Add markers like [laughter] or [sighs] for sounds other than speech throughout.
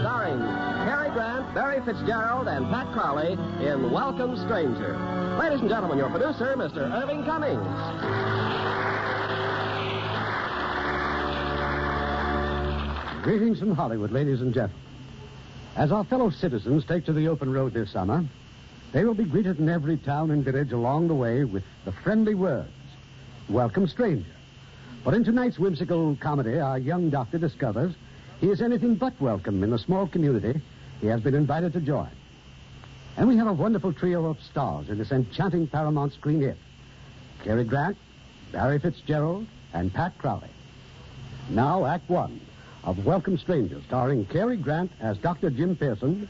starring Cary Grant, Barry Fitzgerald, and Pat Crowley in Welcome Stranger. Ladies and gentlemen, your producer, Mr. Irving Cummings. Greetings from Hollywood, ladies and gentlemen. As our fellow citizens take to the open road this summer, they will be greeted in every town and village along the way with the friendly words, Welcome, stranger. But in tonight's whimsical comedy, our young doctor discovers he is anything but welcome in the small community he has been invited to join. And we have a wonderful trio of stars in this enchanting Paramount screen hit Cary Grant, Barry Fitzgerald, and Pat Crowley. Now, Act One of Welcome Strangers, starring Cary Grant as Dr. Jim Pearson,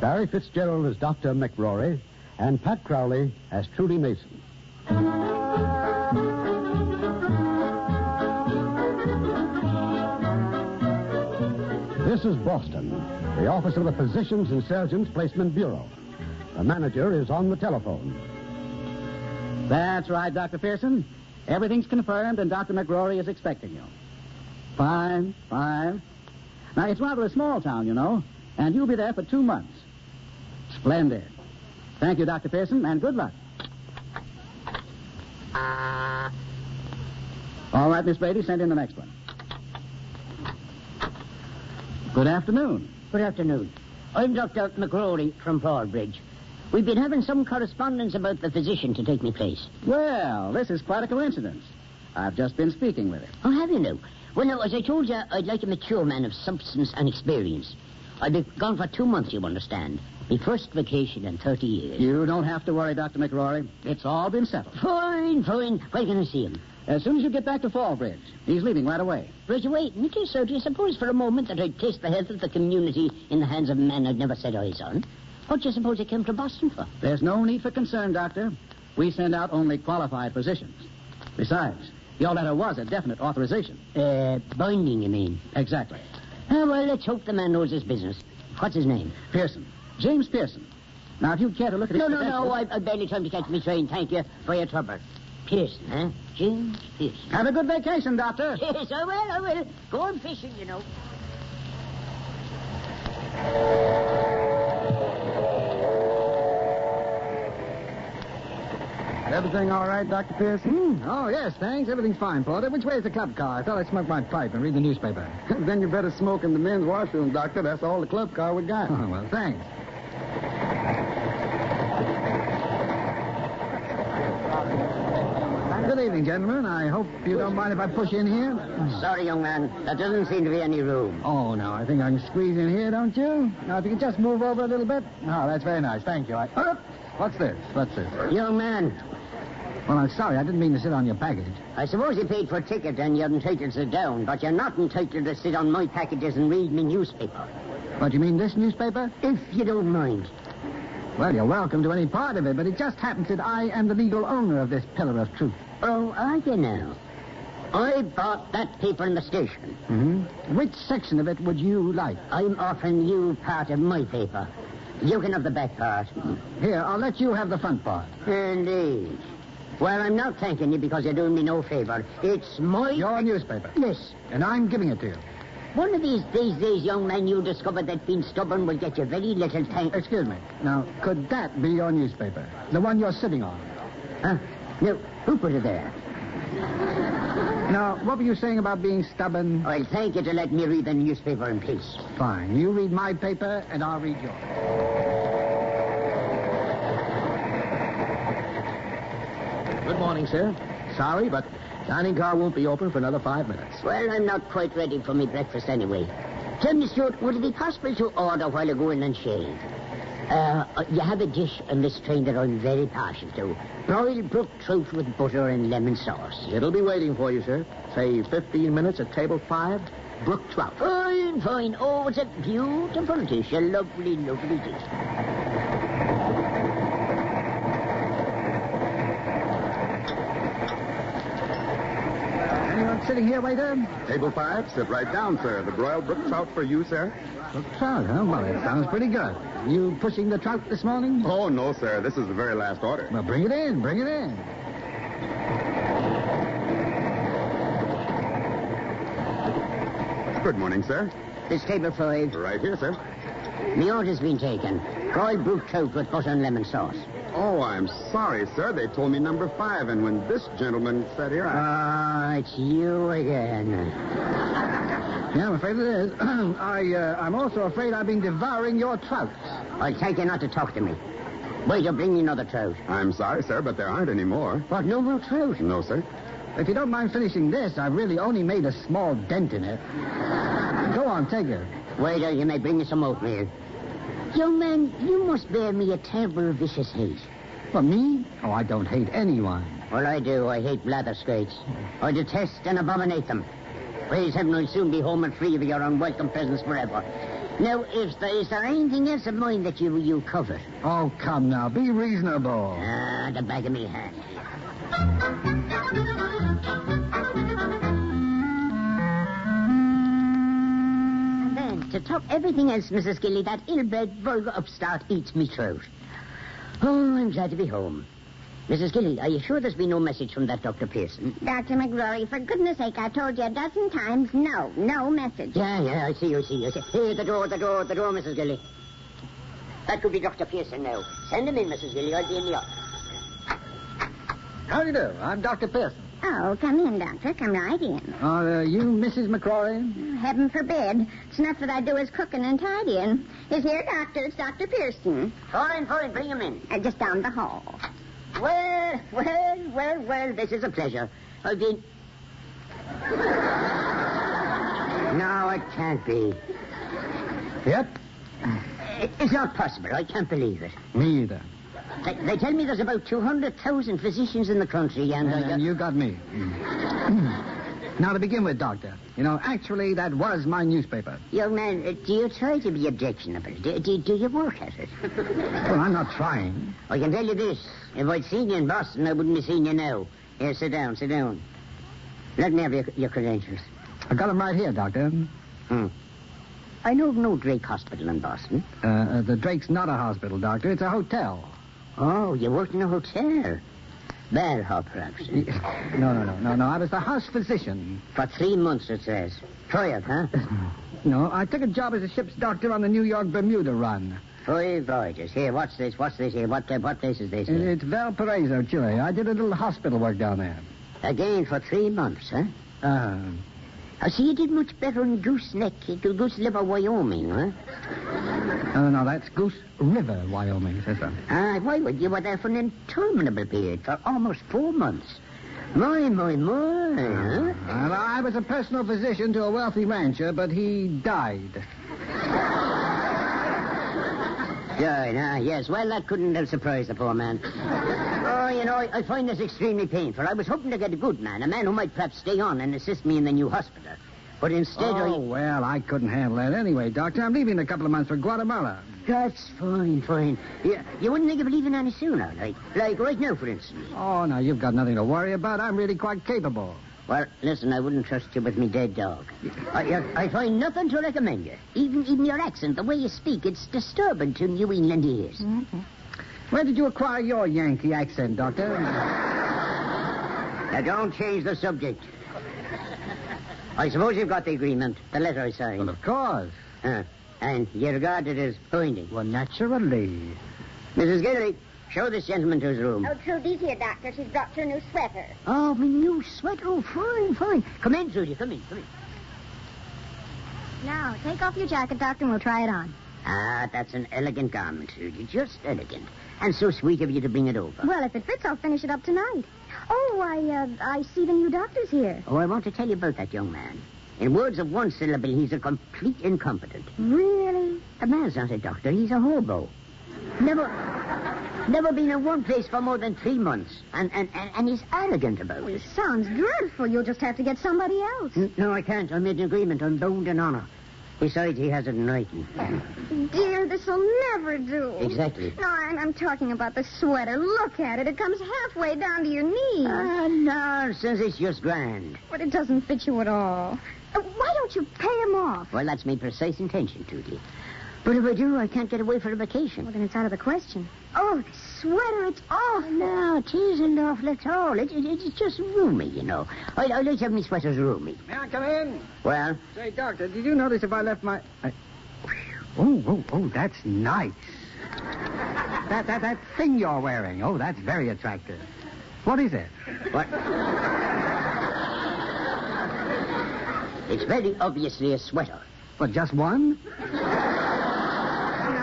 Barry Fitzgerald as Dr. McRory, and Pat Crowley as Trudy Mason. This is Boston, the office of the Physicians and Surgeons Placement Bureau. The manager is on the telephone. That's right, Dr. Pearson. Everything's confirmed, and Dr. McGrory is expecting you. Fine, fine. Now, it's rather a small town, you know, and you'll be there for two months. Splendid. Thank you, Dr. Pearson, and good luck. All right, Miss Brady, send in the next one. Good afternoon. Good afternoon. I'm Dr. McCrory from Broadbridge. We've been having some correspondence about the physician to take me place. Well, this is quite a coincidence. I've just been speaking with her. Oh, have you now? Well, now, as I told you, I'd like a mature man of substance and experience. I'll be gone for two months, you understand. My first vacation in 30 years. You don't have to worry, Dr. McRory. It's all been settled. Fine, fine. Where can I see him? As soon as you get back to Fallbridge, he's leaving right away. Right away, Nicky, so do you suppose for a moment that I'd place the health of the community in the hands of a man I'd never set eyes on? What do you suppose I came to Boston for? There's no need for concern, Doctor. We send out only qualified physicians. Besides, your letter was a definite authorization. Uh, binding, you mean? Exactly. Oh, well, let's hope the man knows his business. What's his name? Pearson. James Pearson. Now, if you care to look at it. No, no, no. I, I barely time to catch me train. Thank you for your trouble. Pearson, huh? James Pearson. Have a good vacation, Doctor. [laughs] Yes, I will, I will. Go on fishing, you know. Everything all right, Dr. Pearson? Oh, yes, thanks. Everything's fine, Porter. Which way is the club car? I thought I smoked my pipe and read the newspaper. Then you better smoke in the men's washroom, Doctor. That's all the club car we got. Oh, well, thanks. Good evening, gentlemen. I hope you don't mind if I push in here. Sorry, young man. There doesn't seem to be any room. Oh, no, I think I can squeeze in here, don't you? Now, if you could just move over a little bit. Oh, that's very nice. Thank you. I... Oh, what's this? What's this? Young man, Well, I'm sorry. I didn't mean to sit on your baggage. I suppose you paid for a ticket and you're entitled to sit down, but you're not entitled to sit on my packages and read me newspaper. What, you mean this newspaper? If you don't mind. Well, you're welcome to any part of it, but it just happens that I am the legal owner of this pillar of truth. Oh, I you know? I bought that paper in the station. Which section of it would you like? I'm offering you part of my paper. You can have the back part. Here, I'll let you have the front part. Indeed. Well, I'm not thanking you because you're doing me no favor. It's my Your newspaper. Yes. And I'm giving it to you. One of these days, these young men you discover that being stubborn will get you very little thank. Excuse me. Now, could that be your newspaper? The one you're sitting on? Huh? No, who put it there? Now, what were you saying about being stubborn? I'll thank you to let me read the newspaper in peace. Fine. You read my paper, and I'll read yours. Good morning, sir. Sorry, but dining car won't be open for another five minutes. Well, I'm not quite ready for my breakfast anyway. Tell me, Stuart, would it be possible to order while you go in and shave? Uh, uh, you have a dish on this train that I'm very partial to. Broiled brook trout with butter and lemon sauce. It'll be waiting for you, sir. Say 15 minutes at table five, brook trout. Fine, fine. Oh, it's a beautiful dish. A lovely, lovely dish. Anyone sitting here, waiter? Table five, sit right down, sir. The broiled brook trout for you, sir. Look, trout, huh? Well, it sounds pretty good. You pushing the trout this morning? Oh, no, sir. This is the very last order. Well, bring it in, bring it in. Good morning, sir. This table five. Right here, sir. The order's been taken. Broiled brook trout with butter and lemon sauce. Oh, I'm sorry, sir. They told me number five, and when this gentleman sat here, I... Ah, it's you again. Yeah, I'm afraid it is. [clears throat] I, uh, I'm also afraid I've been devouring your trout. I'll thank you not to talk to me. Waiter, bring me another trout. I'm sorry, sir, but there aren't any more. What, no more trout? No, sir. If you don't mind finishing this, I've really only made a small dent in [laughs] it. Go on, take it. Waiter, uh, you may bring me some oatmeal. Young man, you must bear me a terrible vicious hate. For me? Oh, I don't hate anyone. Well, I do. I hate blatherskates. I detest and abominate them. Praise heaven, I'll soon be home and free of your unwelcome presence forever. Now, if there, is there anything else of mine that you you covet? Oh, come now, be reasonable. Ah, the back of me hand. And then, to top everything else, Mrs. Gilly, that ill-bred, vulgar upstart eats me throat. Oh, I'm glad to be home. Mrs. Gilly, are you sure there's been no message from that Dr. Pearson? Dr. McGrory, for goodness sake, I told you a dozen times no, no message. Yeah, yeah, I see, I see, I see. Here, the door, the door, the door, Mrs. Gilly. That could be Dr. Pearson now. Send him in, Mrs. Gilly. I'll be in the office. How do you do? I'm Dr. Pearson. Oh, come in, Doctor. Come right in. Are uh, you Mrs. McCrory? Oh, heaven forbid. It's enough that I do is cooking and tidying. Is here, Doctor? It's Dr. Pearson. Fine, fine, bring him in. Uh, just down the hall. Well, well, well, well, this is a pleasure. I've been. no, it can't be. Yep, It- It's not possible. I can't believe it. me either. They, they tell me there's about 200,000 physicians in the country, and. uh, And then you got me. [clears throat] now, to begin with, Doctor, you know, actually, that was my newspaper. Young man, uh, do you try to be objectionable? Do, do, do you work at it? Well, I'm not trying. I can tell you this. If I'd seen you in Boston, I wouldn't be seeing you now. Here, sit down, sit down. Let me have your, your credentials. I got 'em right here, Doctor. Hmm. I know of no Drake Hospital in Boston. Uh, uh, the Drake's not a hospital, Doctor. It's a hotel. Oh, you worked in a hotel. Bellhop, perhaps. No, no, no, no, no. I was the house physician. For three months, it says. Try it, huh? No, I took a job as a ship's doctor on the New York Bermuda run. Three voyages. Here, what's this? What's this here? What, uh, what place is this It- here? It's Valparaiso, Chile. I did a little hospital work down there. Again, for three months, huh? Uh, I see you did much better in Gooseneck, uh, Goose Liver, Wyoming, huh? Oh, no, no, that's Goose River, Wyoming, sister. Aye, why would you were there for an interminable period, for almost four months? My, my, my, huh? And Uh, I was a personal physician to a wealthy rancher, but he died. Good, ah, yes. Well, that couldn't have surprised the poor man. Oh, you know, I, I find this extremely painful. I was hoping to get a good man, a man who might perhaps stay on and assist me in the new hospital. But instead Oh, well, I couldn't handle that anyway, Doctor. I'm leaving in a couple of months for Guatemala. I... That's fine, fine. You, you wouldn't think of leaving any sooner. Like, like right now, for instance. Oh, now, you've got nothing to worry about. I'm really quite capable. Well, listen, I wouldn't trust you with me dead dog. I, I, I find nothing to recommend you. Even even your accent, the way you speak, it's disturbing to New England ears. Where did you acquire your Yankee accent, Doctor? Now, don't change the subject. I suppose you've got the agreement, the letter I signed. Well, of course. Huh. And you regard it as binding. Well, naturally. Mrs. Gilly, show this gentleman to his room. Oh, Trudy's here, Doctor. She's brought your new sweater. Oh, my new sweater. Oh, fine, fine. Come in, Judy. Come in, come in. Now, take off your jacket, Doctor, and we'll try it on. Ah, that's an elegant garment, Judy. Just elegant. And so sweet of you to bring it over. Well, if it fits, I'll finish it up tonight. Oh, I, uh, I see the new doctor's here. Oh, I want to tell you about that young man. In words of one syllable, he's a complete incompetent. Really? The man's not a doctor, he's a hobo. Never never been in one place for more than three months. And and, and, and he's arrogant about it. Sounds dreadful. You'll just have to get somebody else. N- No, I can't. I made an agreement. I'm bound in honor. Besides, he has it in [laughs] writing. Dear, this'll never do. Exactly. No, I'm, I'm talking about the sweater. Look at it. It comes halfway down to your knees. Ah, nonsense. It's just grand. but it doesn't fit you at all. Uh, why don't you pay him off? Well, that's my precise intention, Judy. But if I do, I can't get away for a vacation. Well, then it's out of the question. Oh, the sweater, it's Oh, no, it isn't awful at all. It, it, it's just roomy, you know. I, I like to have my sweaters roomy. May I come in? Well, Say, Doctor, did you notice if I left my. I... Oh, oh, oh, that's nice. That, that, that thing you're wearing. Oh, that's very attractive. What is it? What? it's very obviously a sweater. Well, just one? No,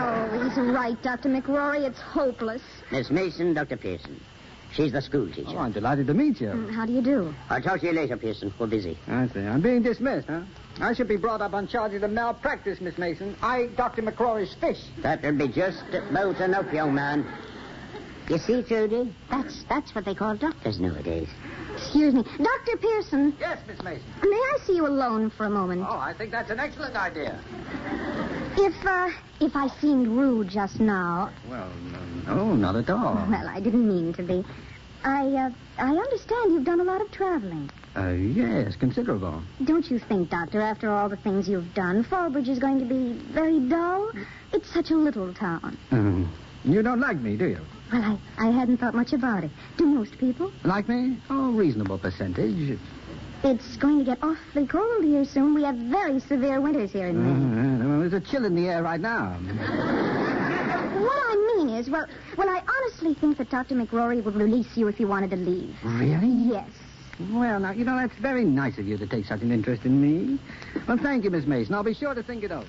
Oh, he's right, Dr. McRory. It's hopeless. Miss Mason, Dr. Pearson. She's the school teacher. Oh, I'm delighted to meet you. Mm, How do you do? I'll talk to you later, Pearson. We're busy. I see. I'm being dismissed, huh? I should be brought up on charges of malpractice, Miss Mason. I ate Dr. McCrory's fish. That'll be just about enough, young man. You see, Judy, that's that's what they call doctors nowadays. Excuse me. Dr. Pearson, Yes, Miss Mason. may I see you alone for a moment? Oh, I think that's an excellent idea. If, uh, if I seemed rude just now, Well, no, no not at all. well, I didn't mean to be. I, uh, I understand you've done a lot of traveling. Uh, yes, considerable. Don't you think, Doctor, after all the things you've done, Fallbridge is going to be very dull? It's such a little town. Um, You don't like me, do you? Well, I, I hadn't thought much about it. Do most people? Like me? Oh, reasonable percentage. It's going to get awfully cold here soon. We have very severe winters here in Maine. Uh, well, there's a chill in the air right now. What I mean is, well, well, I honestly think that Dr. McRory would release you if you wanted to leave. Really? Yes. Well, now, you know, that's very nice of you to take such an interest in me. Well, thank you, Miss Mason. I'll be sure to think it over.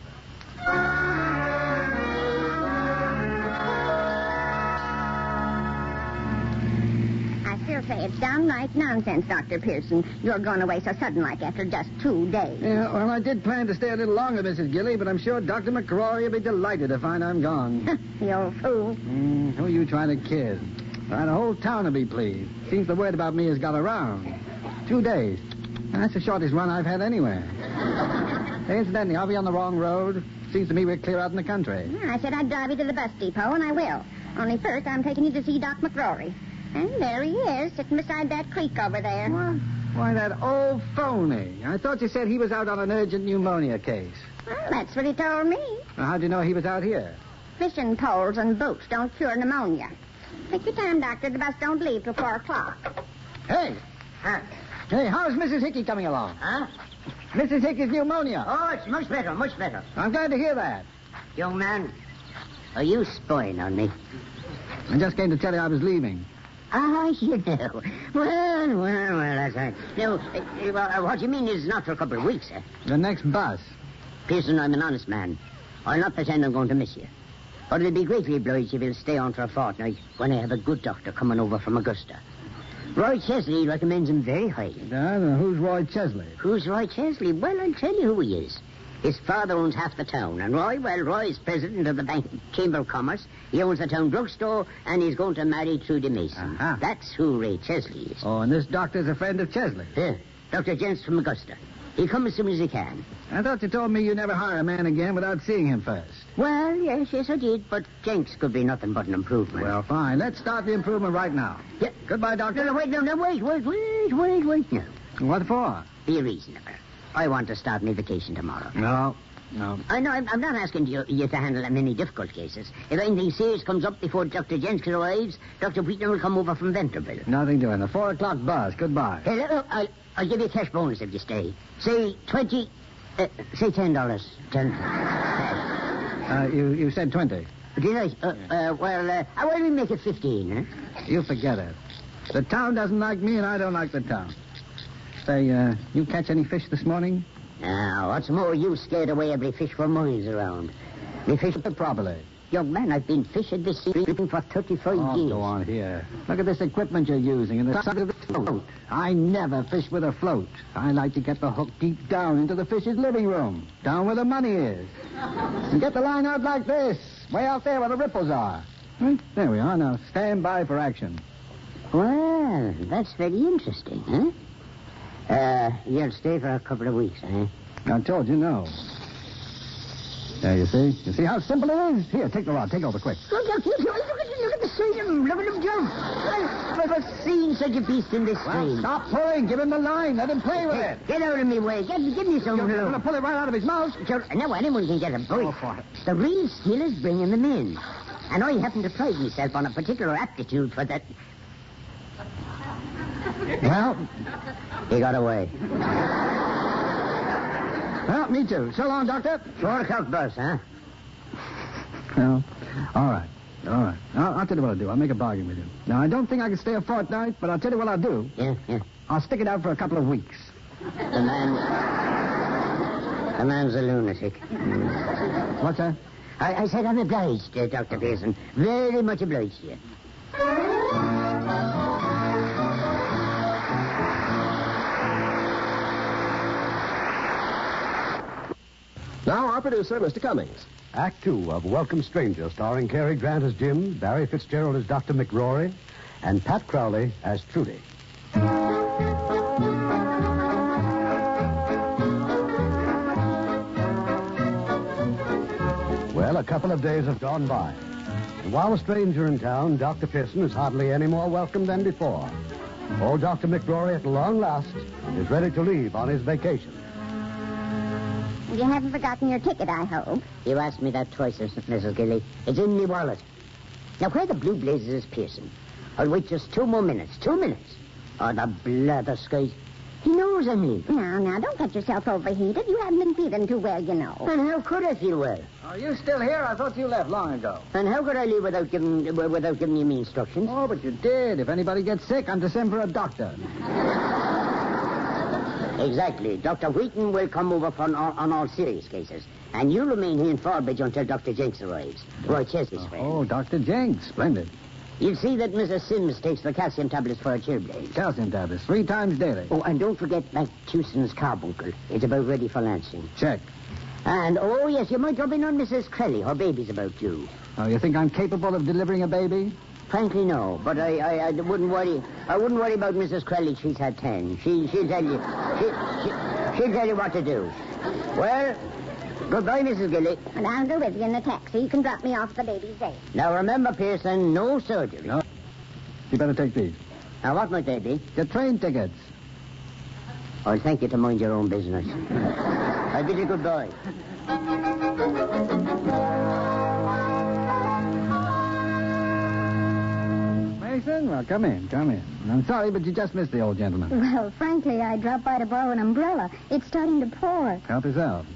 I fearsay it's downright nonsense, Dr. Pearson. You're going away so sudden like after just two days. Yeah, well, I did plan to stay a little longer, Mrs. Gilly, but I'm sure Dr. McCrory will be delighted to find I'm [laughs] gone. you old fool. Mm, who are you trying to kid? Why, the whole town will be pleased. Seems the word about me has got around. Two days. That's the shortest run I've had [laughs] anywhere. Hey, Incidentally, are we on the wrong road? Seems to me we're clear out in the country. I said I'd drive you to the bus depot, and I will. Only first, I'm taking you to see Doc McRory. And there he is, sitting beside that creek over there. What? Why, that old phony. I thought you said he was out on an urgent pneumonia case. Well, that's what he told me. Now, how'd you know he was out here? Fishing poles and boots don't cure pneumonia. Take your time, Doctor. The bus don't leave till four o'clock. Hey! Hey, how's Mrs. Hickey coming along? Huh? Mrs. Hickey's pneumonia. Oh, it's much better, much better. I'm glad to hear that. Young man, are you spying on me? I just came to tell you I was leaving. Ah, [laughs] you know. Well, well, well, that's right. No, uh, uh, well, uh, what you mean is not for a couple of weeks, eh? The next bus. Pearson, I'm an honest man. I'll not pretend I'm going to miss you. But it'll be greatly obliged if you'll stay on for a fortnight when I have a good doctor coming over from Augusta. Roy Chesley recommends him very highly. Uh, who's Roy Chesley? Who's Roy Chesley? Well, I'll tell you who he is. His father owns half the town, and Roy, well, Roy's president of the Bank Chamber of Commerce. He owns the town drugstore, and he's going to marry Trudy Mason. Uh-huh. That's who Ray Chesley is. Oh, and this doctor's a friend of Chesley. Yeah, Dr. Gents from Augusta. He'll come as soon as he can. I thought you told me you never hire Oh, a man again without seeing him first. Well, yes, yes, I did, but Jenks could be nothing but an improvement. Well, fine. Let's start the improvement right now. Yeah. Goodbye, no, Doctor. no, wait, no, no, wait, wait, wait, wait, wait. No, What for? be reasonable. I want to start my vacation tomorrow. No. No. I know, I'm, I'm not asking you, you to handle many difficult cases. If anything serious comes up before Dr. Jenks arrives, Dr. Wheaton will come over from Venterville. Nothing doing. The four o'clock bus. Goodbye. Hey, let- oh, I'll, I'll give you a cash bonus if you stay. Say twenty. Uh, say ten dollars. Ten. Uh, you, you said 20. Did I? Uh, uh, well, uh, I want to make it fifteen. Huh? You forget it. The town doesn't like me, and I don't like the town. Say, uh, you catch any fish this morning? Now, what's more, you scared away every fish for miles around. Me fish Probably. Young man, I've been fishing this sea for thirty-five Oh, years. go on here. Look at this equipment you're using and the size of the float. I never fish with a float. I like to get the hook deep down into the fish's living room, down where the money is. And get the line out like this, way out there where the ripples are. Right, there we are. Now stand by for action. Well, that's very interesting, huh? Uh, you'll stay for a couple of weeks, eh? I told you no. Oh. There you see. You see how simple it is? Here, take the rod. Take over quick. Look, look, look, look, at, look at the sea, him, look at him jump. I've never seen such a beast in this sea. Stop pulling. Give him the line. Let him play with it. Get out of me way. Get, give me some I'm going to room. pull it right out of his mouth. Sure, Now anyone can get a break. The real skill is bringing them in. And I happen to pride myself on a particular aptitude for that. Well, He got away. well, me too. So long, Doctor. Four o'clock bus, huh? Well, all right. All right. I'll, I'll tell you what I'll do. I'll make a bargain with you. Now, I don't think I can stay a fortnight, but I'll tell you what I'll do. Yeah, yeah. I'll stick it out for a couple of weeks. The man. The man's a lunatic. What's that? I, I said I'm obliged, uh, Dr. Pearson. Very much obliged to you. Now, our producer, Mr. Cummings. Act two of Welcome Stranger, starring Cary Grant as Jim, Barry Fitzgerald as Dr. McRory, and Pat Crowley as Trudy. Well, a couple of days have gone by. And while a stranger in town, Dr. Pearson is hardly any more welcome than before. Old Dr. McRory, at long last, is ready to leave on his vacation. You haven't forgotten your ticket, I hope. You asked me that twice, Mrs. Gilly. It's in me wallet. Now, where the blue blazes is Pearson? I'll wait just two more minutes. Two minutes. Oh, the blatherskite. He knows I'm leaving. Now, now, don't get yourself overheated. You haven't been feeling too well, you know. And how could I feel well? Are you still here? I thought you left long ago. And how could I leave without giving w- without giving you me instructions? Oh, but you did. If anybody gets sick, I'm to send for a doctor. Exactly. Dr. Wheaton will come over for on all, on all serious cases. And you remain here in Fallbridge until Dr. Jenks arrives. Roy Chesney's friend. Oh, Dr. Jenks. Splendid. You'll see that Mrs. Sims takes the calcium tablets for her children. Calcium tablets, three times daily. Oh, and don't forget Matuson's carbuncle. It's about ready for lancing. Check. And, oh, yes, you might drop in on Mrs. Crelly. Her baby's about due. Oh, you think I'm capable of delivering a baby? Frankly, no. But I, I, I wouldn't worry. I wouldn't worry about Mrs. Crelly. She's had ten. She, she'll tell you. She, she, she'll tell you what to do. Well, goodbye, Mrs. Gilly. And I'll go with you in the taxi. You can drop me off at the baby's day. Now remember, Pearson, no surgery. No. You better take these. Now what might they be? Your train tickets. I'll thank you to mind your own business. I bid you goodbye. Mason, well, come in, come in. I'm sorry, but you just missed the old gentleman. Well, frankly, I dropped by to borrow an umbrella. It's starting to pour. Help yourself.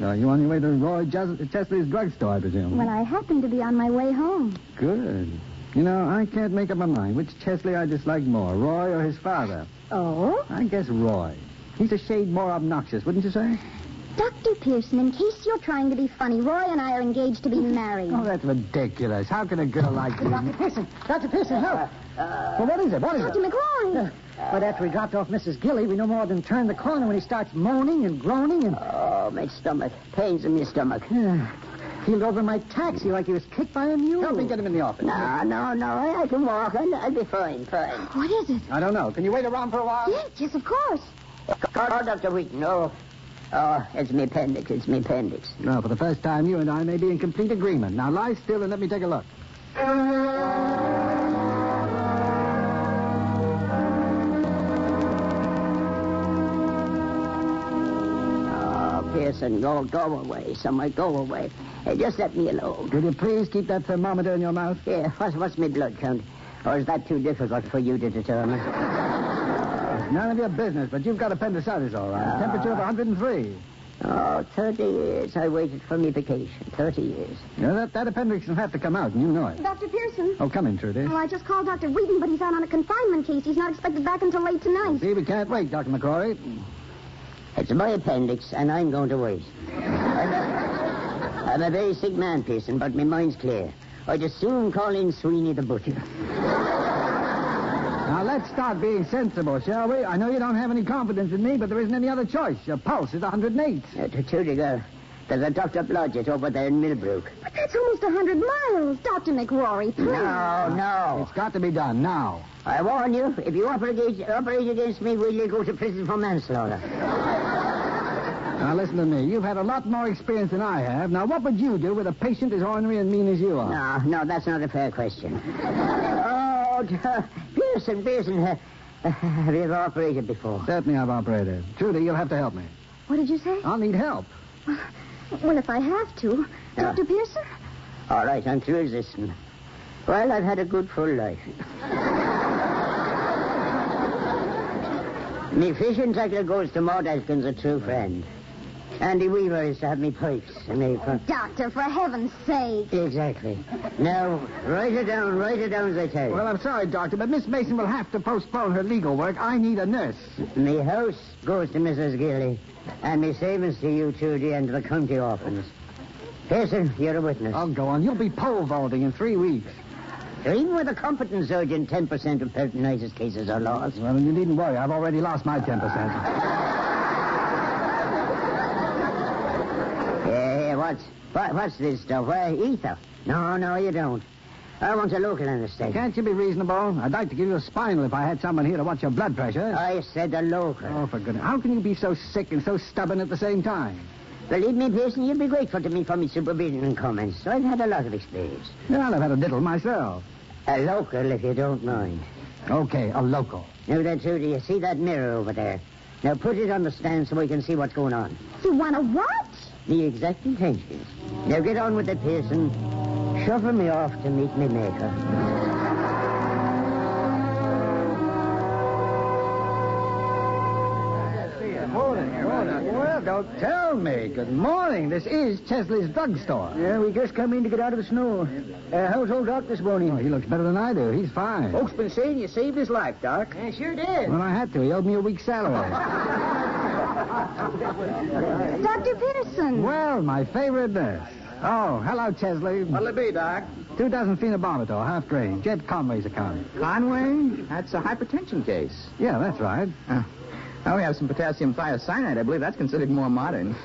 Are you on your way to Roy Jes- Chesley's drugstore, I presume? Well, I happened to be on my way home. Good. You know, I can't make up my mind which Chesley I dislike more, Roy or his father. Oh? I guess Roy. He's a shade more obnoxious, wouldn't you say? Dr. Pearson, in case you're trying to be funny, Roy and I are engaged to be married. Oh, that's ridiculous. How can a girl like you... Dr. Pearson, Dr. Pearson, help. Uh, Uh, well, what is it? What is Dr. McGrory! But after he dropped off Mrs. Gilly, we no more than turned the corner when he starts moaning and groaning and Oh, my stomach. Pains in [sighs] my stomach. heeled over my taxi like he was kicked by a mule. Help me get him in the office. No, no, no. I, I can walk. I'll, I'll be fine, fine. What is it? I don't know. Can you wait around for a while? Yes, yes, of course. Oh, Dr. Wheaton, oh. Oh, it's me appendix, it's me appendix. Well, for the first time, you and I may be in complete agreement. Now lie still and let me take a look. Oh, Pearson, go, go away, summer, go away. Hey, just let me alone. Will you please keep that thermometer in your mouth? Here, what's, what's my blood count? Or is that too difficult for you to determine? It's none of your business, but you've got appendicitis, all right. Temperature of 103. Ah. Oh, 30 years I waited for me vacation. 30 years. You know, that, that appendix will have to come out, and you know it. Dr. Pearson. Oh, come in, Trudy. Well, I just called Dr. Whedon, but he's out on a confinement case. He's not expected back until late tonight. See, we can't wait, Dr. McCrory. It's my appendix, and I'm going to wait. I'm a, I'm a very sick man, Pearson, but my mind's clear. I'd as soon call in Sweeney the butcher. Now, let's start being sensible, shall we? I know you don't have any confidence in me, but there isn't any other choice. Your pulse is 108. Uh, to Tudiger, there's a Dr. Blodgett over there in Millbrook. But that's almost a 100 miles. Dr. McRory, please. No, Oh, no. It's got to be done now. I warn you, if you operate against, operate against me, will you go to prison for manslaughter? Now, listen to me. You've had a lot more experience than I have. Now, what would you do with a patient as ornery and mean as you are? No, Ah, no, that's not a [laughs] fair question. oh, d- Pearson, Pearson, uh, uh, have you ever operated before? Certainly, I've operated. Trudy, you'll have to help me. What did you say? Uh, I'll need help. Uh. Well, if I have to. Yeah. Dr. Pearson? All right, I'm through resisting. Well, I've had a good full life. [laughs] me fishing tackle goes to Maud Atkins, a true friend. Andy Weaver is to have me pipes and me... fu- Doctor, for heaven's sake. Exactly. Now, write it down, write it down as I tell you. Well, I'm sorry, Doctor, but Miss Mason will have to postpone her legal work. I need a nurse. Me house goes to Mrs. Gilly, and me savings to you, Trudy, and the county orphans. Pearson, you're a witness. I'll Oh, go on. You'll be pole vaulting in three weeks. Even with a competent surgeon, 10% of peritonitis cases are lost. Well, you needn't worry. I've already lost my 10%. Hey, hey, what's, what, what's this stuff? Why, ether? No, no, you don't. I want a local anesthetic. Can't you be reasonable? I'd like to give you a spinal if I had someone here to watch your blood pressure. I said a local. Oh, for goodness. How can you be so sick and so stubborn at the same time? Believe me, Pearson, you'll be grateful to me for my supervision and comments. I've had a lot of experience. Well, I've had a little myself. A local, if you don't mind. Okay, a local. Now, then, Trudy, you see that mirror over there? Now, put it on the stand so we can see what's going on. You want to what? The exact intentions. Now, get on with it, Pearson. Shuffle me off to meet me maker. Morning, morning. Well, don't tell me. Good morning. This is Chesley's drugstore. Yeah, we just come in to get out of the snow. Uh, how's old Doc this morning? Oh, he looks better than I do. He's fine. Folks been saying you saved his life, Doc. Yeah, sure did. Well, I had to. He owed me a week's salary. Dr. Pearson. Well, my favorite nurse. Oh, hello, Chesley. What'll it be, Doc? Two dozen phenobarbital, half grain. Jed Conway's account. Conway, that's a hypertension case. Yeah, that's right. Uh, now we have some potassium thiocyanate. I believe that's considered more modern.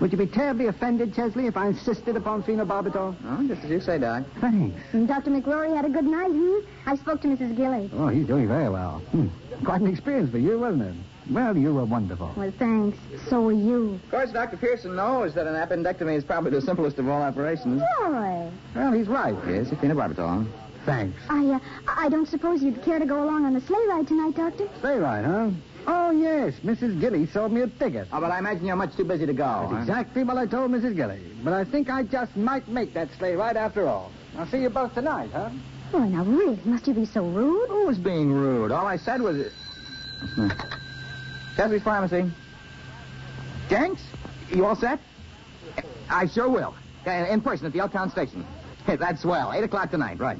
Would you be terribly offended, Chesley, if I insisted upon phenobarbital? Oh, just as you say, Doc. Thanks. And Dr. McRory had a good night, hmm? I spoke to Mrs. Gilly. Oh, he's doing very well. Hmm. Quite an experience for you, wasn't it? Well, you were wonderful. Well, thanks. So are you. Of course, Dr. Pearson knows that an appendectomy is probably the simplest of all operations. Roy, Well, he's right. Yes, a phenobarbital. Thanks. I, uh, I don't suppose you'd care to go along on the sleigh ride tonight, Doctor? Stay right, huh? Oh, yes. Mrs. Gilly sold me a ticket. Oh, but I imagine you're much too busy to go. That's huh? exactly what I told Mrs. Gilly. But I think I just might make that sleigh ride after all. I'll see you both tonight, huh? Roy, now really, must you be so rude? Who was being rude? All I said was... Chesley's Pharmacy. Jenks, you all set? I sure will. Uh, In person at the Elktown Station. [laughs] That's swell. Eight o'clock tonight, right.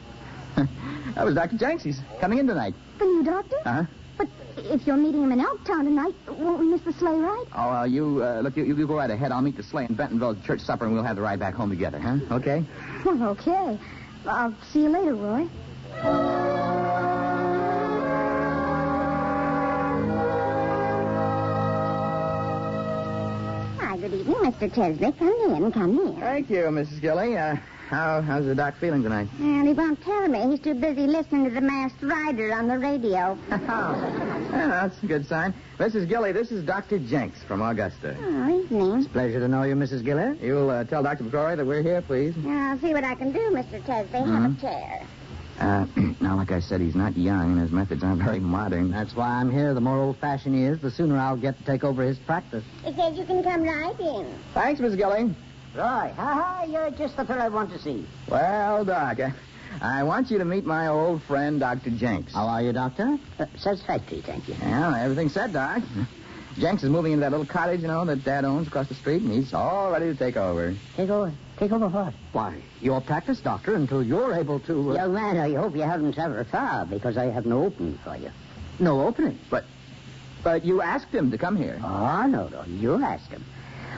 [laughs] that was Dr. Jenks. He's coming in tonight. The new doctor? Uh-huh. But if you're meeting him in Elktown tonight, won't we miss the sleigh ride? Oh, uh, you, uh, look, you, you go right ahead. I'll meet the sleigh in Bentonville at church supper, and we'll have the ride back home together, huh? Okay? Well, okay. I'll see you later, Roy. Hi, good evening. you, Mr. Chesley. Come in, come in. Thank you, Mrs. Gilly. Uh, how, how's the doc feeling tonight? And he won't tell me. He's too busy listening to the masked rider on the [laughs] radio. Oh, Yeah, that's a good sign. Mrs. Gilly, this is Dr. Jenks from Augusta. Oh, evening. Pleasure to know you, Mrs. Gilly. You'll uh, tell Dr. McCrory that we're here, please. I'll see what I can do, Mr. Chesley. Have a chair. Uh, [clears throat] now, like I said, he's not young, and his methods aren't very modern. That's why I'm here. The more old fashioned he is, the sooner I'll get to take over his practice. It says you can come right in. Thanks, Miss Gilly. Roy, ha ha, you're just the fellow I want to see. Well, Doc, I, I want you to meet my old friend, Dr. Jenks. How are you, Doctor? Uh, satisfactory, thank you. Well, everything's set, Doc. Jenks is moving into that little cottage, you know, that Dad owns across the street, and he's all ready to take over. Take over. Take over what? Why, your practice, Doctor, until you're able to. Uh... Young man, I hope you haven't traveled far because I have no opening for you. No opening. But, but you asked him to come here. Oh, no, no. You ask him.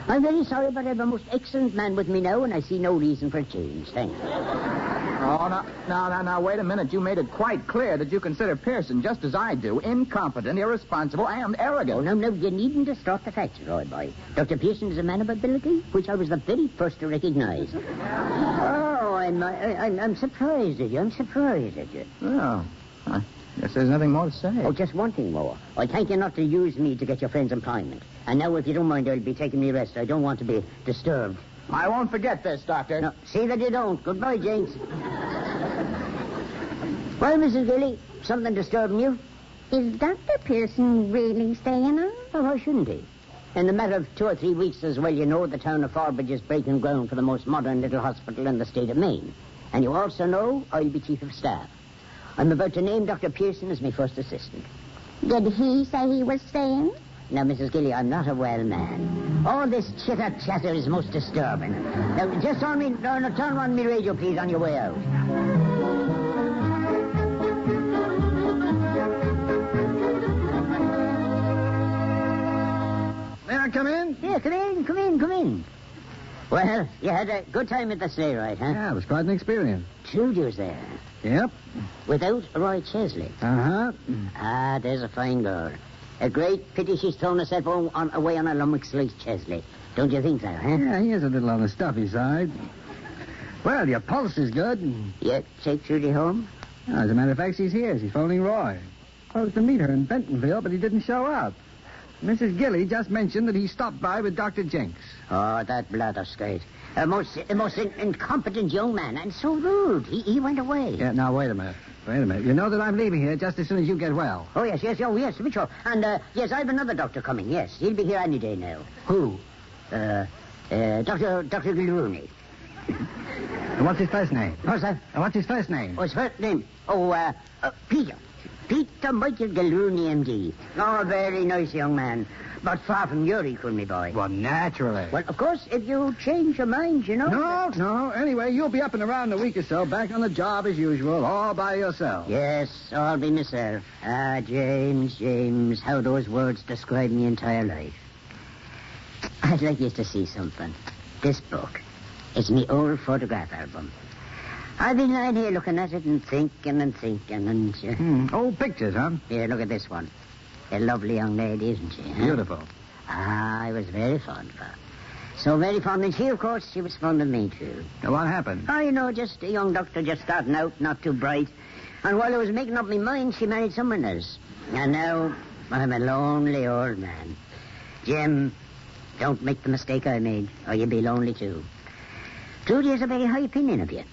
I'm very sorry, but I have a most excellent man with me now, and I see no reason for change. Thank you. [laughs] Oh, no, no, no, no, wait a minute. You made it quite clear that you consider Pearson, just as I do, incompetent, irresponsible, and Oh, arrogant. no, no, you needn't distort the facts, Roy boy. Dr. Pearson is a man of ability, which I was the very first to [laughs] recognize. oh, I'm, I, I'm, I'm surprised at you. I'm surprised at you. Oh, I guess there's nothing more to say. Oh, just one thing more. I thank you not to use me to get your friend's employment. And now, if you don't mind, I'll be taking me rest. I don't want to be disturbed. I won't forget this, Doctor. No, see that you don't. Goodbye, Jenks. well, Mrs. Gilly, something disturbing you? Is Dr. Pearson really staying on? Well, why shouldn't he? In the matter of two or three weeks, as well, you know, the town of Forbidge is breaking ground for the most modern little hospital in the state of Maine. And you also know I'll be chief of staff. I'm about to name Dr. Pearson as my first assistant. Did he say he was staying? Now, Mrs. Gilly, I'm not a well man. All this chitter chatter is most disturbing. Now, just on me, no, no, turn on me radio, please, on your way out. May I come in? Here, come in, come in, come in. Well, you had a good time at the sleighride, huh? Yeah, it was quite an experience. Trude was there. Yep. Without Roy Chesley. Uh huh. Ah, there's a fine girl. A great pity she's thrown herself on, on, away on a lummox like Chesley. Don't you think so, huh? Yeah, he is a little on the stuffy side. Well, your pulse is good. You take Trudy home? As a matter of fact, she's here. She's phoning Roy. Supposed to meet her in Bentonville, but he didn't show up. Mrs. Gilly just mentioned that he stopped by with Dr. Jenks. Oh, that blatherskate. A most, a most in- incompetent young man, and so rude. He, he went away. Yeah, now, wait a minute. Wait a minute. You know that I'm leaving here just as soon as you get well. Oh, yes, yes, oh, yes, to be sure. And, uh, yes, I've another doctor coming, yes. He'll be here any day now. Who? Uh, uh, Dr. Dr. Gilrooney. And what's his first name? What's that? And what's his first name? Oh, his first name? Oh, uh, uh, Peter. Peter Michael Gilrooney, M.D. Oh, very nice young man. But far from your equal, me boy. Well, naturally. Well, of course, if you change your mind, you know. No, no. Anyway, you'll be up and around in a week or so, back on the job as usual, all by yourself. Yes, I'll be myself. Ah, James, James, how those words describe me entire life. I'd like you to see something. This book. It's me old photograph album. I've been lying here looking at it and thinking and thinking and... Uh, Hmm. Old pictures, huh? Here, look at this one. A lovely young lady, isn't she? huh? Beautiful. Ah, I was very fond of her. So very fond, and she, of course, she was fond of me, too. Now, what happened? Oh, you know, just a young doctor just starting out, not too bright. And while I was making up my mind, she married someone else. And now I'm a lonely old man. Jim, don't make the mistake I made, or you'll be lonely, too. Trudy has a very high opinion of you.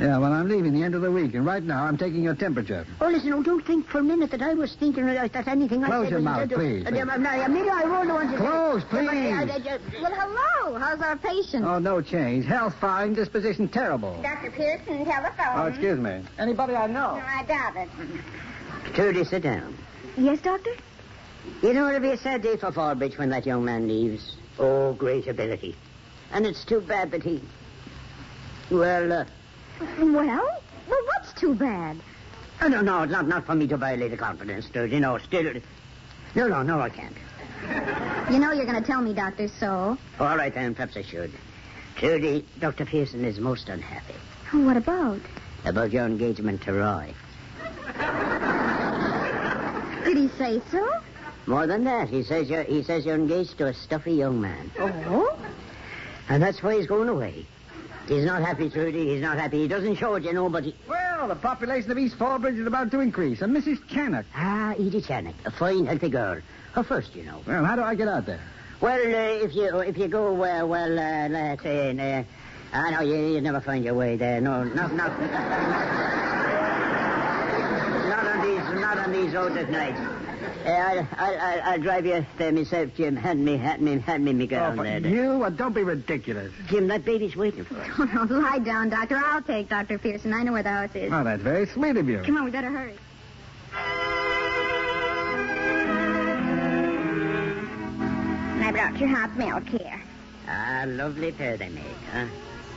Yeah, well, I'm leaving the end of the week, and right now I'm taking your temperature. Oh, listen, oh, don't think for a minute that I was thinking that that anything I Close said your was mouth, said to- please. Uh, Jim, I'm not- I'm not- I won't want to say- Close, Jim, I- please. I- I- I- Well, hello. How's our patient? Oh, no change. Health fine, disposition terrible. Dr. Pearson, telephone. Oh, excuse me. Anybody I know? I doubt it. Trudy, sit down. Yes, Doctor? You know, it'll be a sad day for Fallbridge when that young man leaves. Oh, great ability. And it's too bad that he. Well, uh, Well? Well, what's too bad? oh, no, no, not, not for me to violate the confidence, Trudy. No, still. No, no, no, I can't. You know you're going to tell me, Doctor, so. All right, then, perhaps I should. Trudy, Dr. Pearson is most unhappy What about? about your engagement to Roy. Did he say so? [laughs] More than that, he says you're, he says you're engaged to a stuffy young man. Oh? And that's why he's going away. He's not happy, Trudy. He's not happy. He doesn't show it, you know, but he... Well, the population of East Fallbridge is about to increase, and Mrs. Channock. Ah, Edie Channock, a fine, healthy girl. Her first, you know. Well, how do I get out there? Well, uh, if you if you go uh, well, uh, let's say, in, uh, I know you you never find your way there. No, not not not on these not on these roads at night. Uh, I, I, I, I'll drive you there myself, Jim. Hand me, hand me, hand me, me girl. for there, there. Oh, you? Well, don't be ridiculous. Jim, that baby's waiting for us. Oh, no, lie down, Doctor. I'll take Dr. Pearson. I know where the house is. Oh, that's very sweet of you. Come on, we better hurry. And I brought your hot milk here. Ah, lovely pair they make, huh?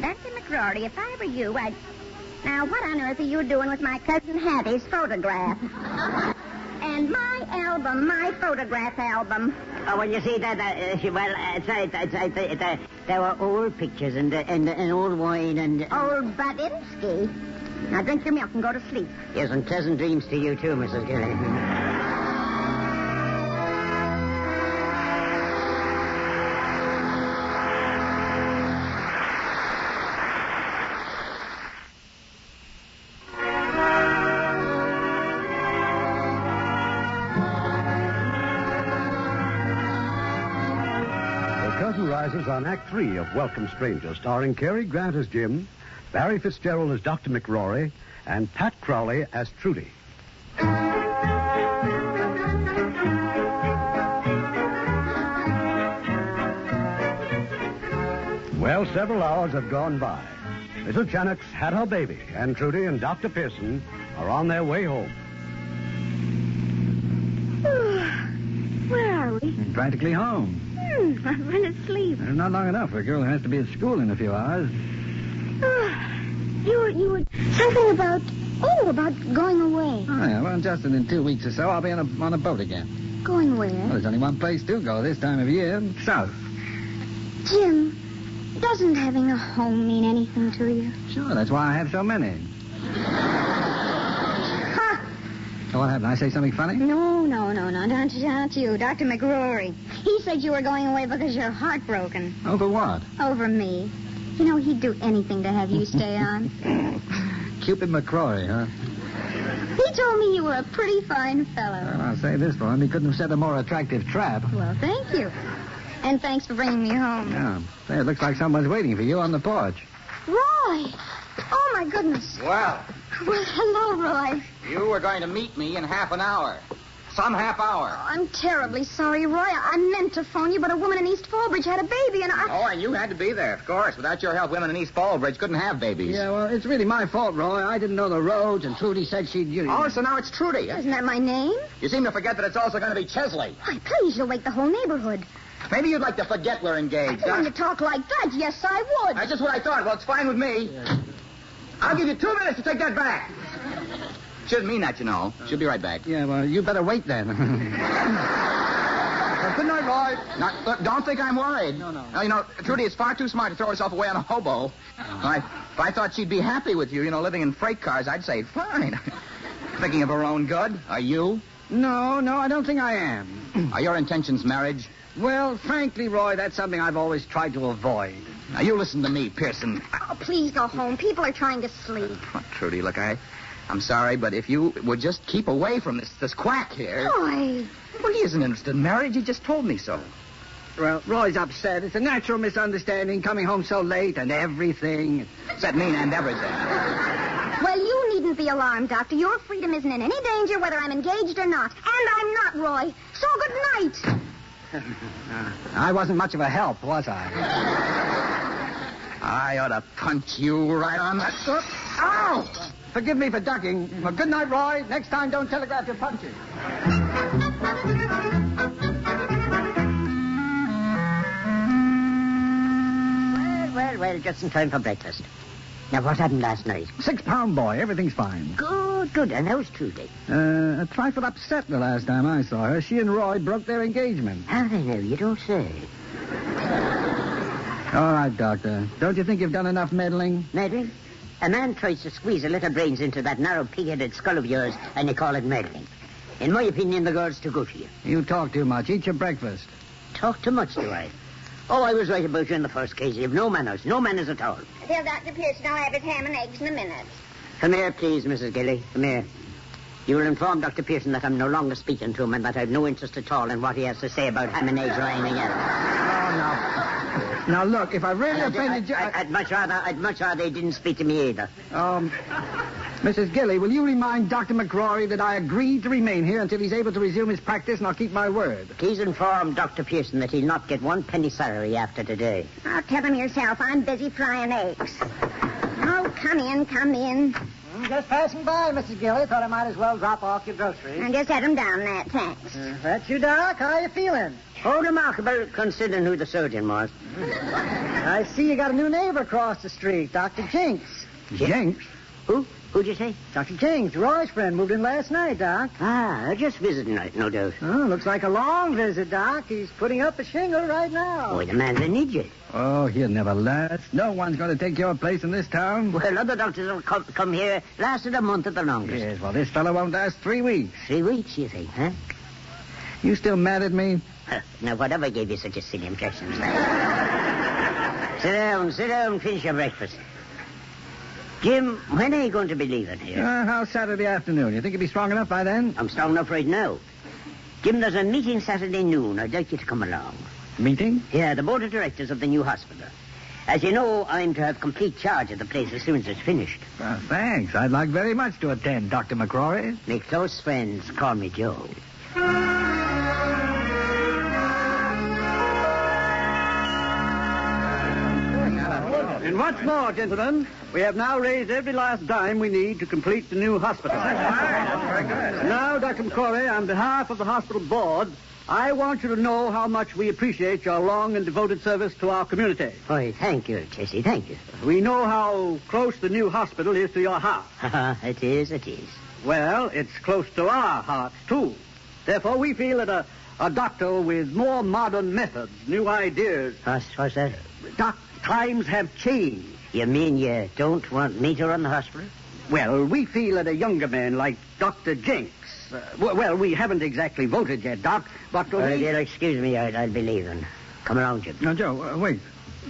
Dr. McCrory, if I were you, I'd... Now, what on earth are you doing with my cousin Hattie's [laughs] photograph? and my album, my photograph album. Oh, well, you see that, that uh, well, uh, it's, it's, it's, it's, it's, uh, there were old pictures and uh, and and old wine and uh, Old Budinski. Now, drink your milk and go to sleep. yes, and pleasant dreams to you too, Mrs. Gilligan. The curtain rises on Act Three of Welcome Stranger, starring Cary Grant as Jim, Barry Fitzgerald as Dr. McRory, and Pat Crowley as Trudy. Well, several hours have gone by. Mrs. Channox had her baby, and Trudy and Dr. Pearson are on their way home. [sighs] Where are we? Practically home. Hmm, I've been asleep. [sighs] Uh, Not long enough. A girl has to be at school in a few hours. you were, you were... Something about... Oh, about going away. Oh, yeah. Well, just in two weeks or so, I'll be on a, on a boat again. Going eh? Well, where? there's only one place to go this time of year south. Jim, doesn't having a home mean anything to you? Sure, Oh, that's why I have so [laughs] many. Ha! So what happened? I say something funny? No, no, no, no, not, not you. Dr. McGrory. He said you were going away because you're heartbroken Over Oh, what? over me. You know, he'd do anything to have you stay on. [laughs] Cupid McCrory, huh? he told me you were a pretty fine fellow. Well, I'll say this for him. He couldn't have set a more attractive trap. Well, thank you. And thanks for bringing me home. Yeah. Say, it looks like someone's waiting for you on the porch. Roy! Oh, my goodness. Well, Well, hello, Roy. you were going to meet me in half an hour. Some half hour. I'm terribly sorry, Roy. I meant to phone you, but a woman in East Fallbridge had a baby, and I... Oh, and you had to be there, of course. Without your help, women in East Fallbridge couldn't have babies. Yeah, well, it's really my fault, Roy. I didn't know the roads, and Trudy said she'd... You... Oh, so now it's Trudy. Isn't that my name? You seem to forget that it's also going to be Chesley. Why, please, you'll wake the whole neighborhood. Maybe you'd like to forget we're engaged. When huh? you talk like that, yes, I would. That's just what I thought. Well, it's fine with me. I'll give you two minutes to take that back. Shouldn't mean that, you know. She'll be right back. Yeah, well, you better wait [laughs] then. Uh, good night, Roy. Now, look, don't think I'm worried. No, no. you know, Trudy is far too smart to throw herself away on a hobo. Uh-huh. I, if I thought she'd be happy with you, you know, living in freight cars, I'd say fine. [laughs] Thinking of her own good. Are you? no, no, I don't think I am. [clears throat] Are your intentions marriage? Well, frankly, Roy, that's something I've always tried to avoid. Now, you listen to me, Pearson. Oh, please go home. People are trying to sleep. Oh, Trudy, look, I, I'm sorry, but if you would just keep away from this this quack here. Roy. Well, he isn't interested in marriage. He just told me so. Well, Roy's upset. It's a natural misunderstanding, coming home so late and everything. Does that mean and everything? Well, you needn't be alarmed, Doctor. Your freedom isn't in any danger, whether I'm engaged or not. And I'm not, Roy. So good night. [laughs] I wasn't much of a help, was uh, I? [laughs] I ought to punch you right on the. Ow! Forgive me for ducking. Well, good night, Roy. Next time, don't telegraph your punches. Well, well, well, just in time for breakfast. Now, what happened last night? Six pound boy, everything's fine. Good, good, and how's Trudy? Uh, a trifle upset the last time I saw her. She and Roy broke their engagement. How do I know? You don't say. All right, Doctor. Don't you think you've done enough meddling? Meddling? A man tries to squeeze a little brains into that narrow pig-headed skull of yours, and you call it meddling. In my opinion, the girl's too good for you. You talk too much. Eat your breakfast. Talk too much, do I? Oh, I was right about you in the first case. You have no manners, no manners at all. Tell Dr. Pearson I'll have his ham and eggs in a minute. Come here, please, Mrs. Gilly. Come here. You will inform Dr. Pearson that I'm no longer speaking to him and that I've no interest at all in what he has to say about ham and eggs or anything else. Oh, Now, look, if I really I'd, offended you. I- I'd- I'd much rather, I'd much rather he didn't speak to me either. Um, Mrs. Gilly, will you remind Dr. McCrory that I agreed to remain here until he's able to resume his practice and I'll keep my word? Please inform Dr. Pearson that he'll not get one penny salary after today. Oh, tell him yourself. I'm busy frying eggs. Oh, come in, come in. Hmm, Just passing by, Mrs. Gilly. Thought I might as well drop off your groceries. I just had him down that thanks. Uh, That's you, Doc. How are you feeling? Oh, remarkable, considering who the surgeon was. I see you got a new neighbor across the street, Dr. Jinks. Jinks? Who? Who'd you say? Dr. Jinks, Roy's friend, moved in last night, Doc. Ah, just visiting night, no doubt. Oh, looks like a long visit, Doc. He's putting up a shingle right now. Boy, the man's an idiot. Oh, he'll never last. No one's going to take your place in this town. Well, other doctors have come, come here, lasted a month at the longest. Yes, well, this fellow won't last three weeks. Three weeks, you think, huh? You still mad at me? Huh, Now, whatever gave you such a silly impression, [laughs] sir? sit down, sit down, finish your breakfast. Jim, when are you going to be leaving here? Uh, how's Saturday afternoon? You think you'd be strong enough by then? I'm strong enough right now. Jim, there's a meeting Saturday noon. I'd like you to come along. Meeting? Yeah, the board of directors of the new hospital. As you know, I'm to have complete charge of the place as soon as it's finished. Uh, thanks. I'd like very much to attend, Dr. McCrory. My close friends call me Joe. And what's more, gentlemen, we have now raised every last dime we need to complete the new hospital. now, Dr. McCrory, on behalf of the hospital board, I want you to know how much we appreciate your long and devoted service to our community. Why, thank you, Jesse, thank you. [laughs] We know how close the new hospital is to your heart. it is, it is. Well, it's close to our hearts, too. Therefore, we feel that a, a doctor with more modern methods, new ideas, What's, what's that? doc, times have changed. You mean you don't want me to run the hospital? Well, we feel that a younger man like Dr. Jenks. Uh, w- well, we haven't exactly voted yet, Doc, but. Well, we... you'll excuse me, I'd, I'd be leaving. Come along, Jim. Now, Joe, uh, wait.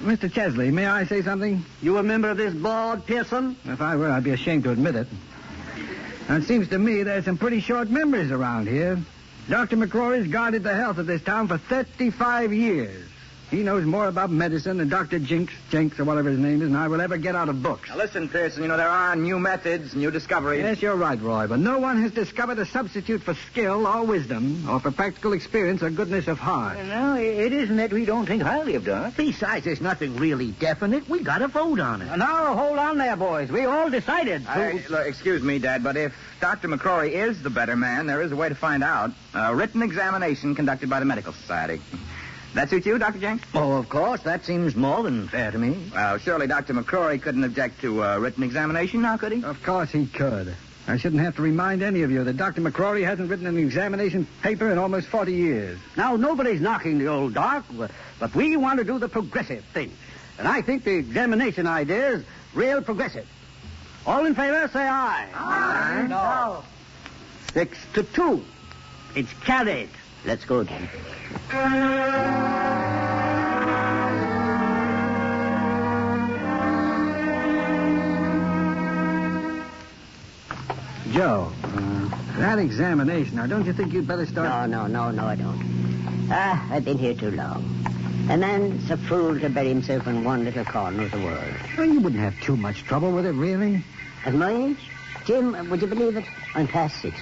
Mr. Chesley, may I say something? You a member of this board, Pearson? If I were, I'd be ashamed to admit it. Now, it seems to me there's some pretty short memories around here. Dr. McCrory's guarded the health of this town for 35 years. He knows more about medicine than Dr. Jinks, Jenks, or whatever his name is, and I will ever get out of books. Now, listen, Pearson, you know, there are new methods, new discoveries. Yes, you're right, Roy, but no one has discovered a substitute for skill or wisdom or for practical experience or goodness of heart. No, it isn't that we don't think highly of Doc. Besides, there's nothing really definite. We got a vote on it. Now, hold on there, boys. We all decided. I, look, excuse me, Dad, but if Dr. McCrory is the better man, there is a way to find out. A written examination conducted by the Medical Society. That suits you, Dr. Jenks? Oh, of course. That seems more than fair to me. Well, surely Dr. McCrory couldn't object to a written examination now, could he? Of course he could. I shouldn't have to remind any of you that Dr. McCrory hasn't written an examination paper in almost 40 years. Now, nobody's knocking the old doc, but we want to do the progressive thing. And I think the examination idea is real progressive. All in favor, say aye. Aye. No. Six to two. It's carried. Let's go, Jim. Joe, uh, that examination, now, don't you think you'd better start... No, no, no, no, I don't. Ah, I've been here too long. A man's a fool to bury himself in one little corner of the world. Well, you wouldn't have too much trouble with it, really. At my age, Jim, would you believe it? I'm past 60.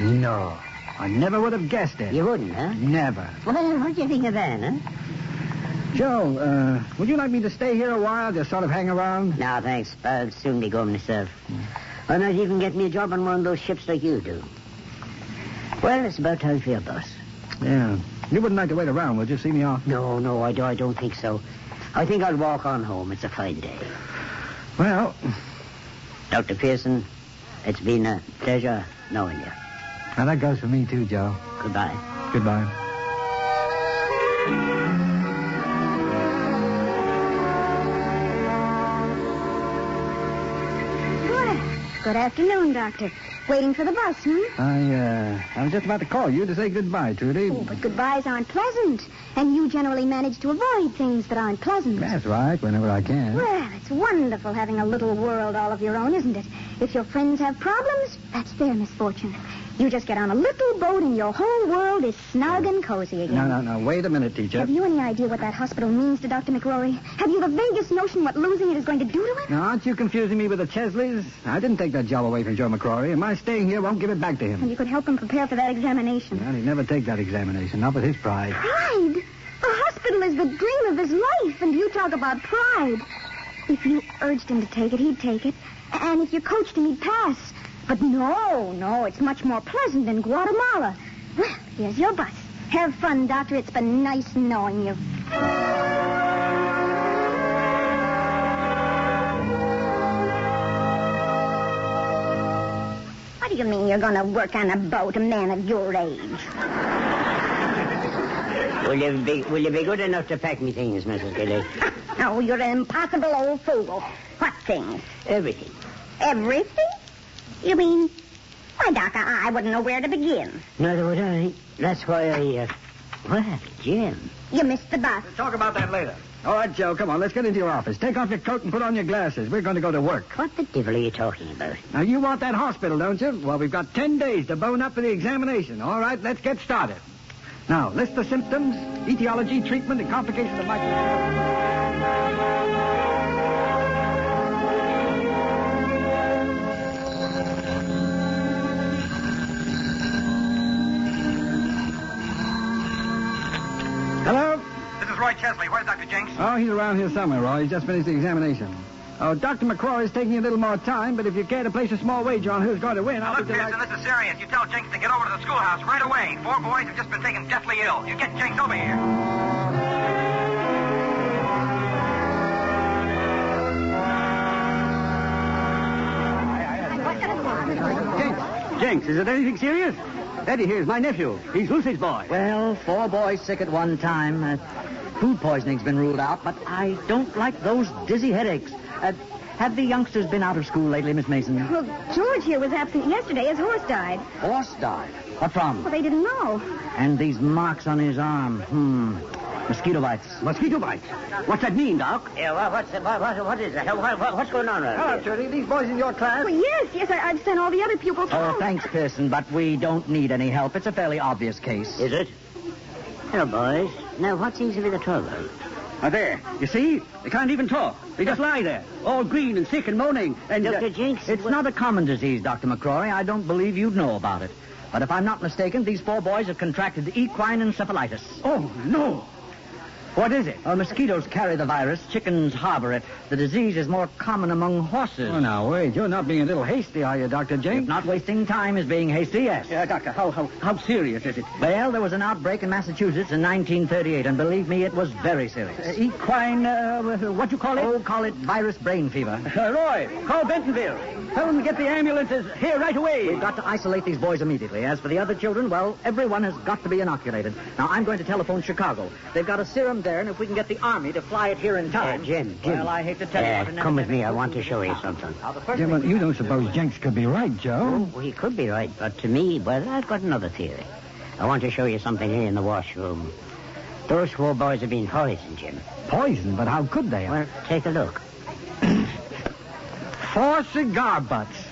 No. I never would have guessed it. You wouldn't, huh? Never. Well, what do you think of that, huh? Joe, uh, would you like me to stay here a while, just sort of hang around? No, thanks. I'll soon be going myself. I might even get me a job on one of those ships like you do. Well, it's about time for your bus. Yeah. You wouldn't like to wait around, would you? See me off? No, no, I, do, I don't think so. I think I'll walk on home. It's a fine day. Well, Dr. Pearson, it's been a pleasure knowing you. now that goes for me, too, Joe. Goodbye. Goodbye. Good. Good afternoon, Doctor. Waiting for the bus, hmm? I, uh, I was just about to call you to say goodbye, Trudy. Oh, but goodbyes aren't pleasant, and you generally manage to avoid things that aren't pleasant. That's right, whenever I can. Well, it's wonderful having a little world all of your own, isn't it? If your friends have problems, that's their misfortune. You just get on a little boat and your whole world is snug and cozy again. No, no, no. Wait a minute, teacher. Have you any idea what that hospital means to Dr. McRory? Have you the vaguest notion what losing it is going to do to him? Now, aren't you confusing me with the Chesleys? I didn't take that job away from Joe McCrory, and my staying here won't give it back to him. And you could help him prepare for that examination. Well, he'd never take that examination, not with his pride. Pride? The hospital is the dream of his life, and you talk about pride. If you urged him to take it, he'd take it. And if you coached him, he'd pass. But no, no, it's much more pleasant in Guatemala. Well, here's your bus. Have fun, Doctor. It's been nice knowing you. What do you mean you're going to work on a boat, a man of your age? Will you be Will you be good enough to pack me things, Mrs. [laughs] Gilly? Oh, you're an impossible old fool. What things? Everything. Everything? You mean, why, Doc, I, I wouldn't know where to begin. Neither would I. That's why I. Uh... Well, Jim. You missed the bus. Talk about that later. All right, Joe, come on. Let's get into your office. Take off your coat and put on your glasses. We're going to go to work. What the devil are you talking about? Now, you want that hospital, don't you? Well, we've got ten days to bone up for the examination. All right, let's get started. Now, list the symptoms, etiology, treatment, and complications of micro... Hello? This is Roy Chesley. Where's Dr. Jenks? Oh, he's around here somewhere, Roy. He's just finished the examination. Oh, Dr. McCrory's taking a little more time, but if you care to place a small wager on who's going to win, Now, I'll look, be delighted. Pearson, this is serious. You tell Jenks to get over to the schoolhouse right away. Four boys have just been taken deathly ill. You get Jenks over here. Jenks, is it anything serious? Eddie here's my nephew. He's Lucy's boy. Well, four boys sick at one time. Uh, food poisoning's been ruled out, but I don't like those dizzy headaches. Uh, have the youngsters been out of school lately, Miss Mason? Well, George here was absent yesterday. His horse died. Horse died. What from? Well, they didn't know. And these marks on his arm. Hmm. Mosquito bites. Mosquito bites? What's that mean, Doc? Yeah, well, what's the, what, what, what is that? What, what- what's going on around Hello, here? Trudy. These boys in your class? Well, Oh, yes, yes, I, I've sent all the other pupils Oh, home. thanks, Pearson, but we don't need any help. It's a fairly obvious case. Is it? Hello, boys. Now, what seems to be the trouble? Now, there. You see? They can't even talk. They just lie there, all green and sick and moaning. And Dr. Jenks, uh, It's not a common disease, Dr. McCrory. I don't believe you'd know about it. But if I'm not mistaken, these four boys have contracted equine encephalitis. Oh, no. What is it? Uh, mosquitoes carry the virus. Chickens harbor it. The disease is more common among horses. Oh, now, wait. You're not being a little hasty, are you, Dr. If Jenks? not wasting time is being hasty, yes. Yeah, Doctor, how, how, how serious is it? Well, there was an outbreak in Massachusetts in 1938, and believe me, it was very Uh, serious. equine, uh, what you call it? Oh, call it virus brain fever. Uh, [laughs] Roy, call Bentonville. Tell them to get the ambulances here right away. We've got to isolate these boys immediately. As for the other children, well, everyone has got to be inoculated. Now, I'm going to telephone Chicago. They've got a serum there, and if we can get the army to fly it here in time. Oh, Uh, Jim, Jim. Well, I hate to tell you. Uh, but an come with me. I epidemic- want to show you something. Now, the first Yeah, thing well, we you have don't to do- suppose Jenks could be right, Joe. Well, he could be right, but to me, well, I've got another theory. I want to show you something here in the washroom. Those four boys have been poisoned, Jim. Poison, but how could they? Well, take a look. [coughs] Four cigar butts.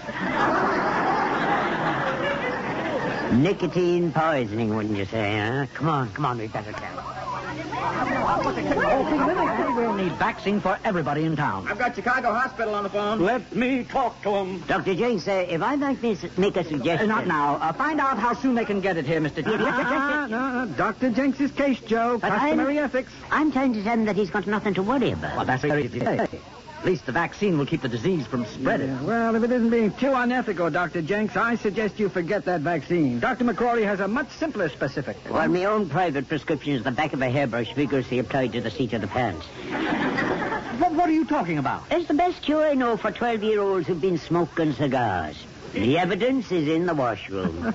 Nicotine poisoning, wouldn't you say, huh? Come on, come on, we'd better tell. Oh, We will need vaccine for everybody in town. I've got Chicago Hospital on the phone. Let me talk to him. Dr. Jenks, uh, if I might mis- make a Uh, suggestion. not now. Uh, find out how soon they can get it here, Mr. [laughs] Jenks. Ah, [laughs] no, no, Dr. Jenks's case, Joe. But Customary I'm- ethics. I'm trying to tell him that he's got nothing to worry about. Well, that's very easy. to say. At least the vaccine will keep the disease from spreading. Yeah, well, if it isn't being too unethical, Dr. Jenks, I suggest you forget that vaccine. Dr. McCrory has a much simpler specific. [laughs] Well, my own private prescription is the back of a hairbrush vigorously applied to the seat of the pants. What, what are you talking about? It's the best cure I know for 12-year-olds who've been smoking cigars. The evidence is in the washroom.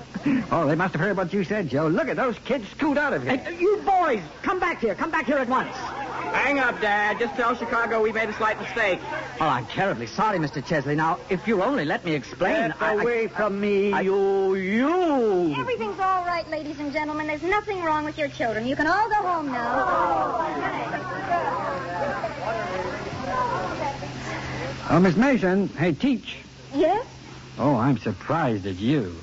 Oh, they must have heard what you said, Joe. Look at those kids scoot out of here. you boys, come back here. Come back here at once. Hang up, Dad. Just tell Chicago we made a slight mistake. Oh, I'm terribly sorry, Mr. Chesley. Now, if you'll only let me explain. Get away from me. you, you. Everything's all right, ladies and gentlemen. There's nothing wrong with your children. You can all go home now. Oh, Miss Mason. Hey, teach. Yes? Oh, I'm surprised at you.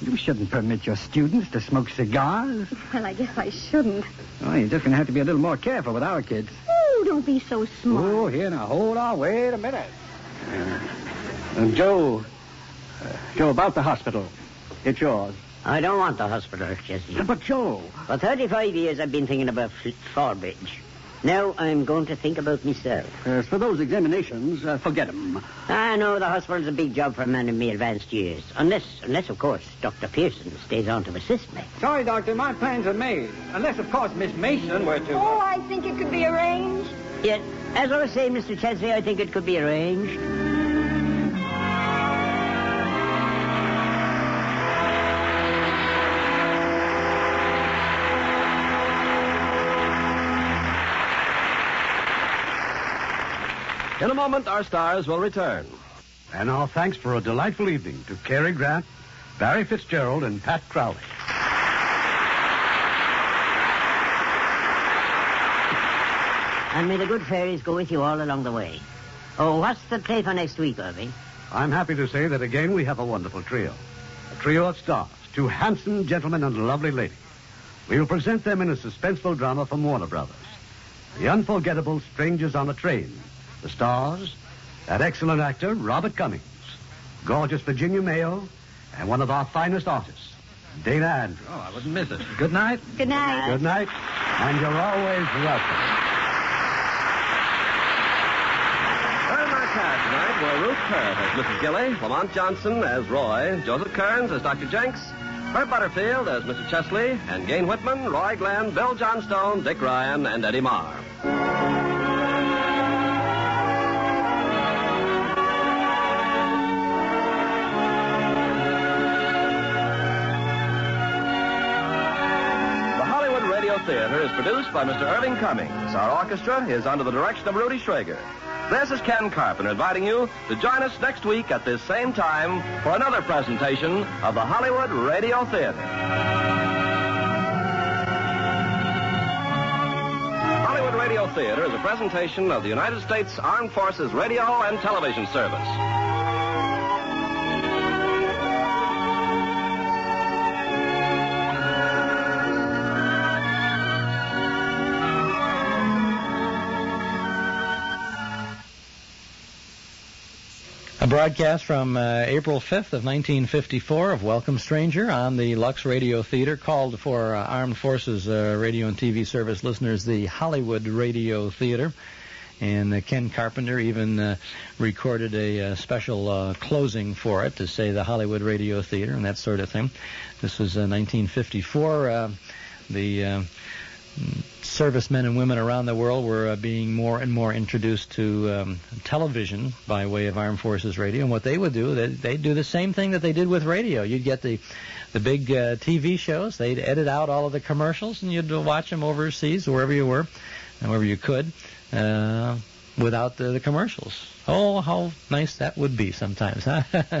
You shouldn't permit your students to smoke cigars. Well, I guess I shouldn't. Oh, you're just going to have to be a little more careful with our kids. Oh, don't be so smart. Oh, here now, hold on, wait a minute. Uh, Joe, uh, Joe, about the hospital. It's yours. I don't want the hospital, Jesse. But Joe, For 35 years, I've been thinking about F- Forbridge. Now I'm going to think about myself. as for those examinations, uh, forget them. I know the hospital's a big job for a man in me advanced years. Unless, unless, of course, Dr. Pearson stays on to assist me. Sorry, Doctor, my plans are made. Unless, of course, Miss Mason were to. Oh, I think it could be arranged. Yet, as I was saying, Mr. Chesley, I think it could be arranged. In a moment, our stars will return. And our thanks for a delightful evening to Cary Grant, Barry Fitzgerald, and Pat Crowley. And may the good fairies go with you all along the way. Oh, what's the play for next week, Irving? I'm happy to say that again we have a wonderful trio. A trio of stars, two handsome gentlemen and a lovely lady. We will present them in a suspenseful drama from Warner Brothers. The unforgettable Strangers on a Train. The stars, that excellent actor, Robert Cummings, gorgeous Virginia Mayo, and one of our finest artists, Dana Andrews. Oh, I wouldn't miss it. Good night. Good night. Good night. And you're always welcome. And our cast tonight were Ruth Kerr as Mrs. Gilly, Lamont Johnson as Roy, Joseph Kearns as Dr. Jenks, Herb Butterfield as Mr. Chesley, and Gain Whitman, Roy Glenn, Bill Johnstone, Dick Ryan, and Eddie Marr. The Hollywood Radio Theater is produced by Mr. Irving Cummings. Our orchestra is under the direction of Rudy Schrager. This is Ken Carpenter inviting you to join us next week at this same time for another presentation of the Hollywood Radio Theater. Hollywood Radio Theater is a presentation of the United States Armed Forces Radio and Television Service. A broadcast from uh, April 5th of 1954 of Welcome Stranger on the Lux Radio Theater called for uh, Armed Forces uh, Radio and TV Service listeners the Hollywood Radio Theater. And uh, Ken Carpenter even uh, recorded a uh, special uh, closing for it to say the Hollywood Radio Theater and that sort of thing. This was uh, 1954. Uh, the uh, servicemen and women around the world were uh, being more and more introduced to um, television by way of Armed Forces Radio. And what they would do, they, they'd do the same thing that they did with radio. You'd get the the big uh, TV shows. They'd edit out all of the commercials, and you'd watch them overseas, wherever you were, and wherever you could, uh, without the, the commercials. Oh, how nice that would be sometimes, huh? [laughs]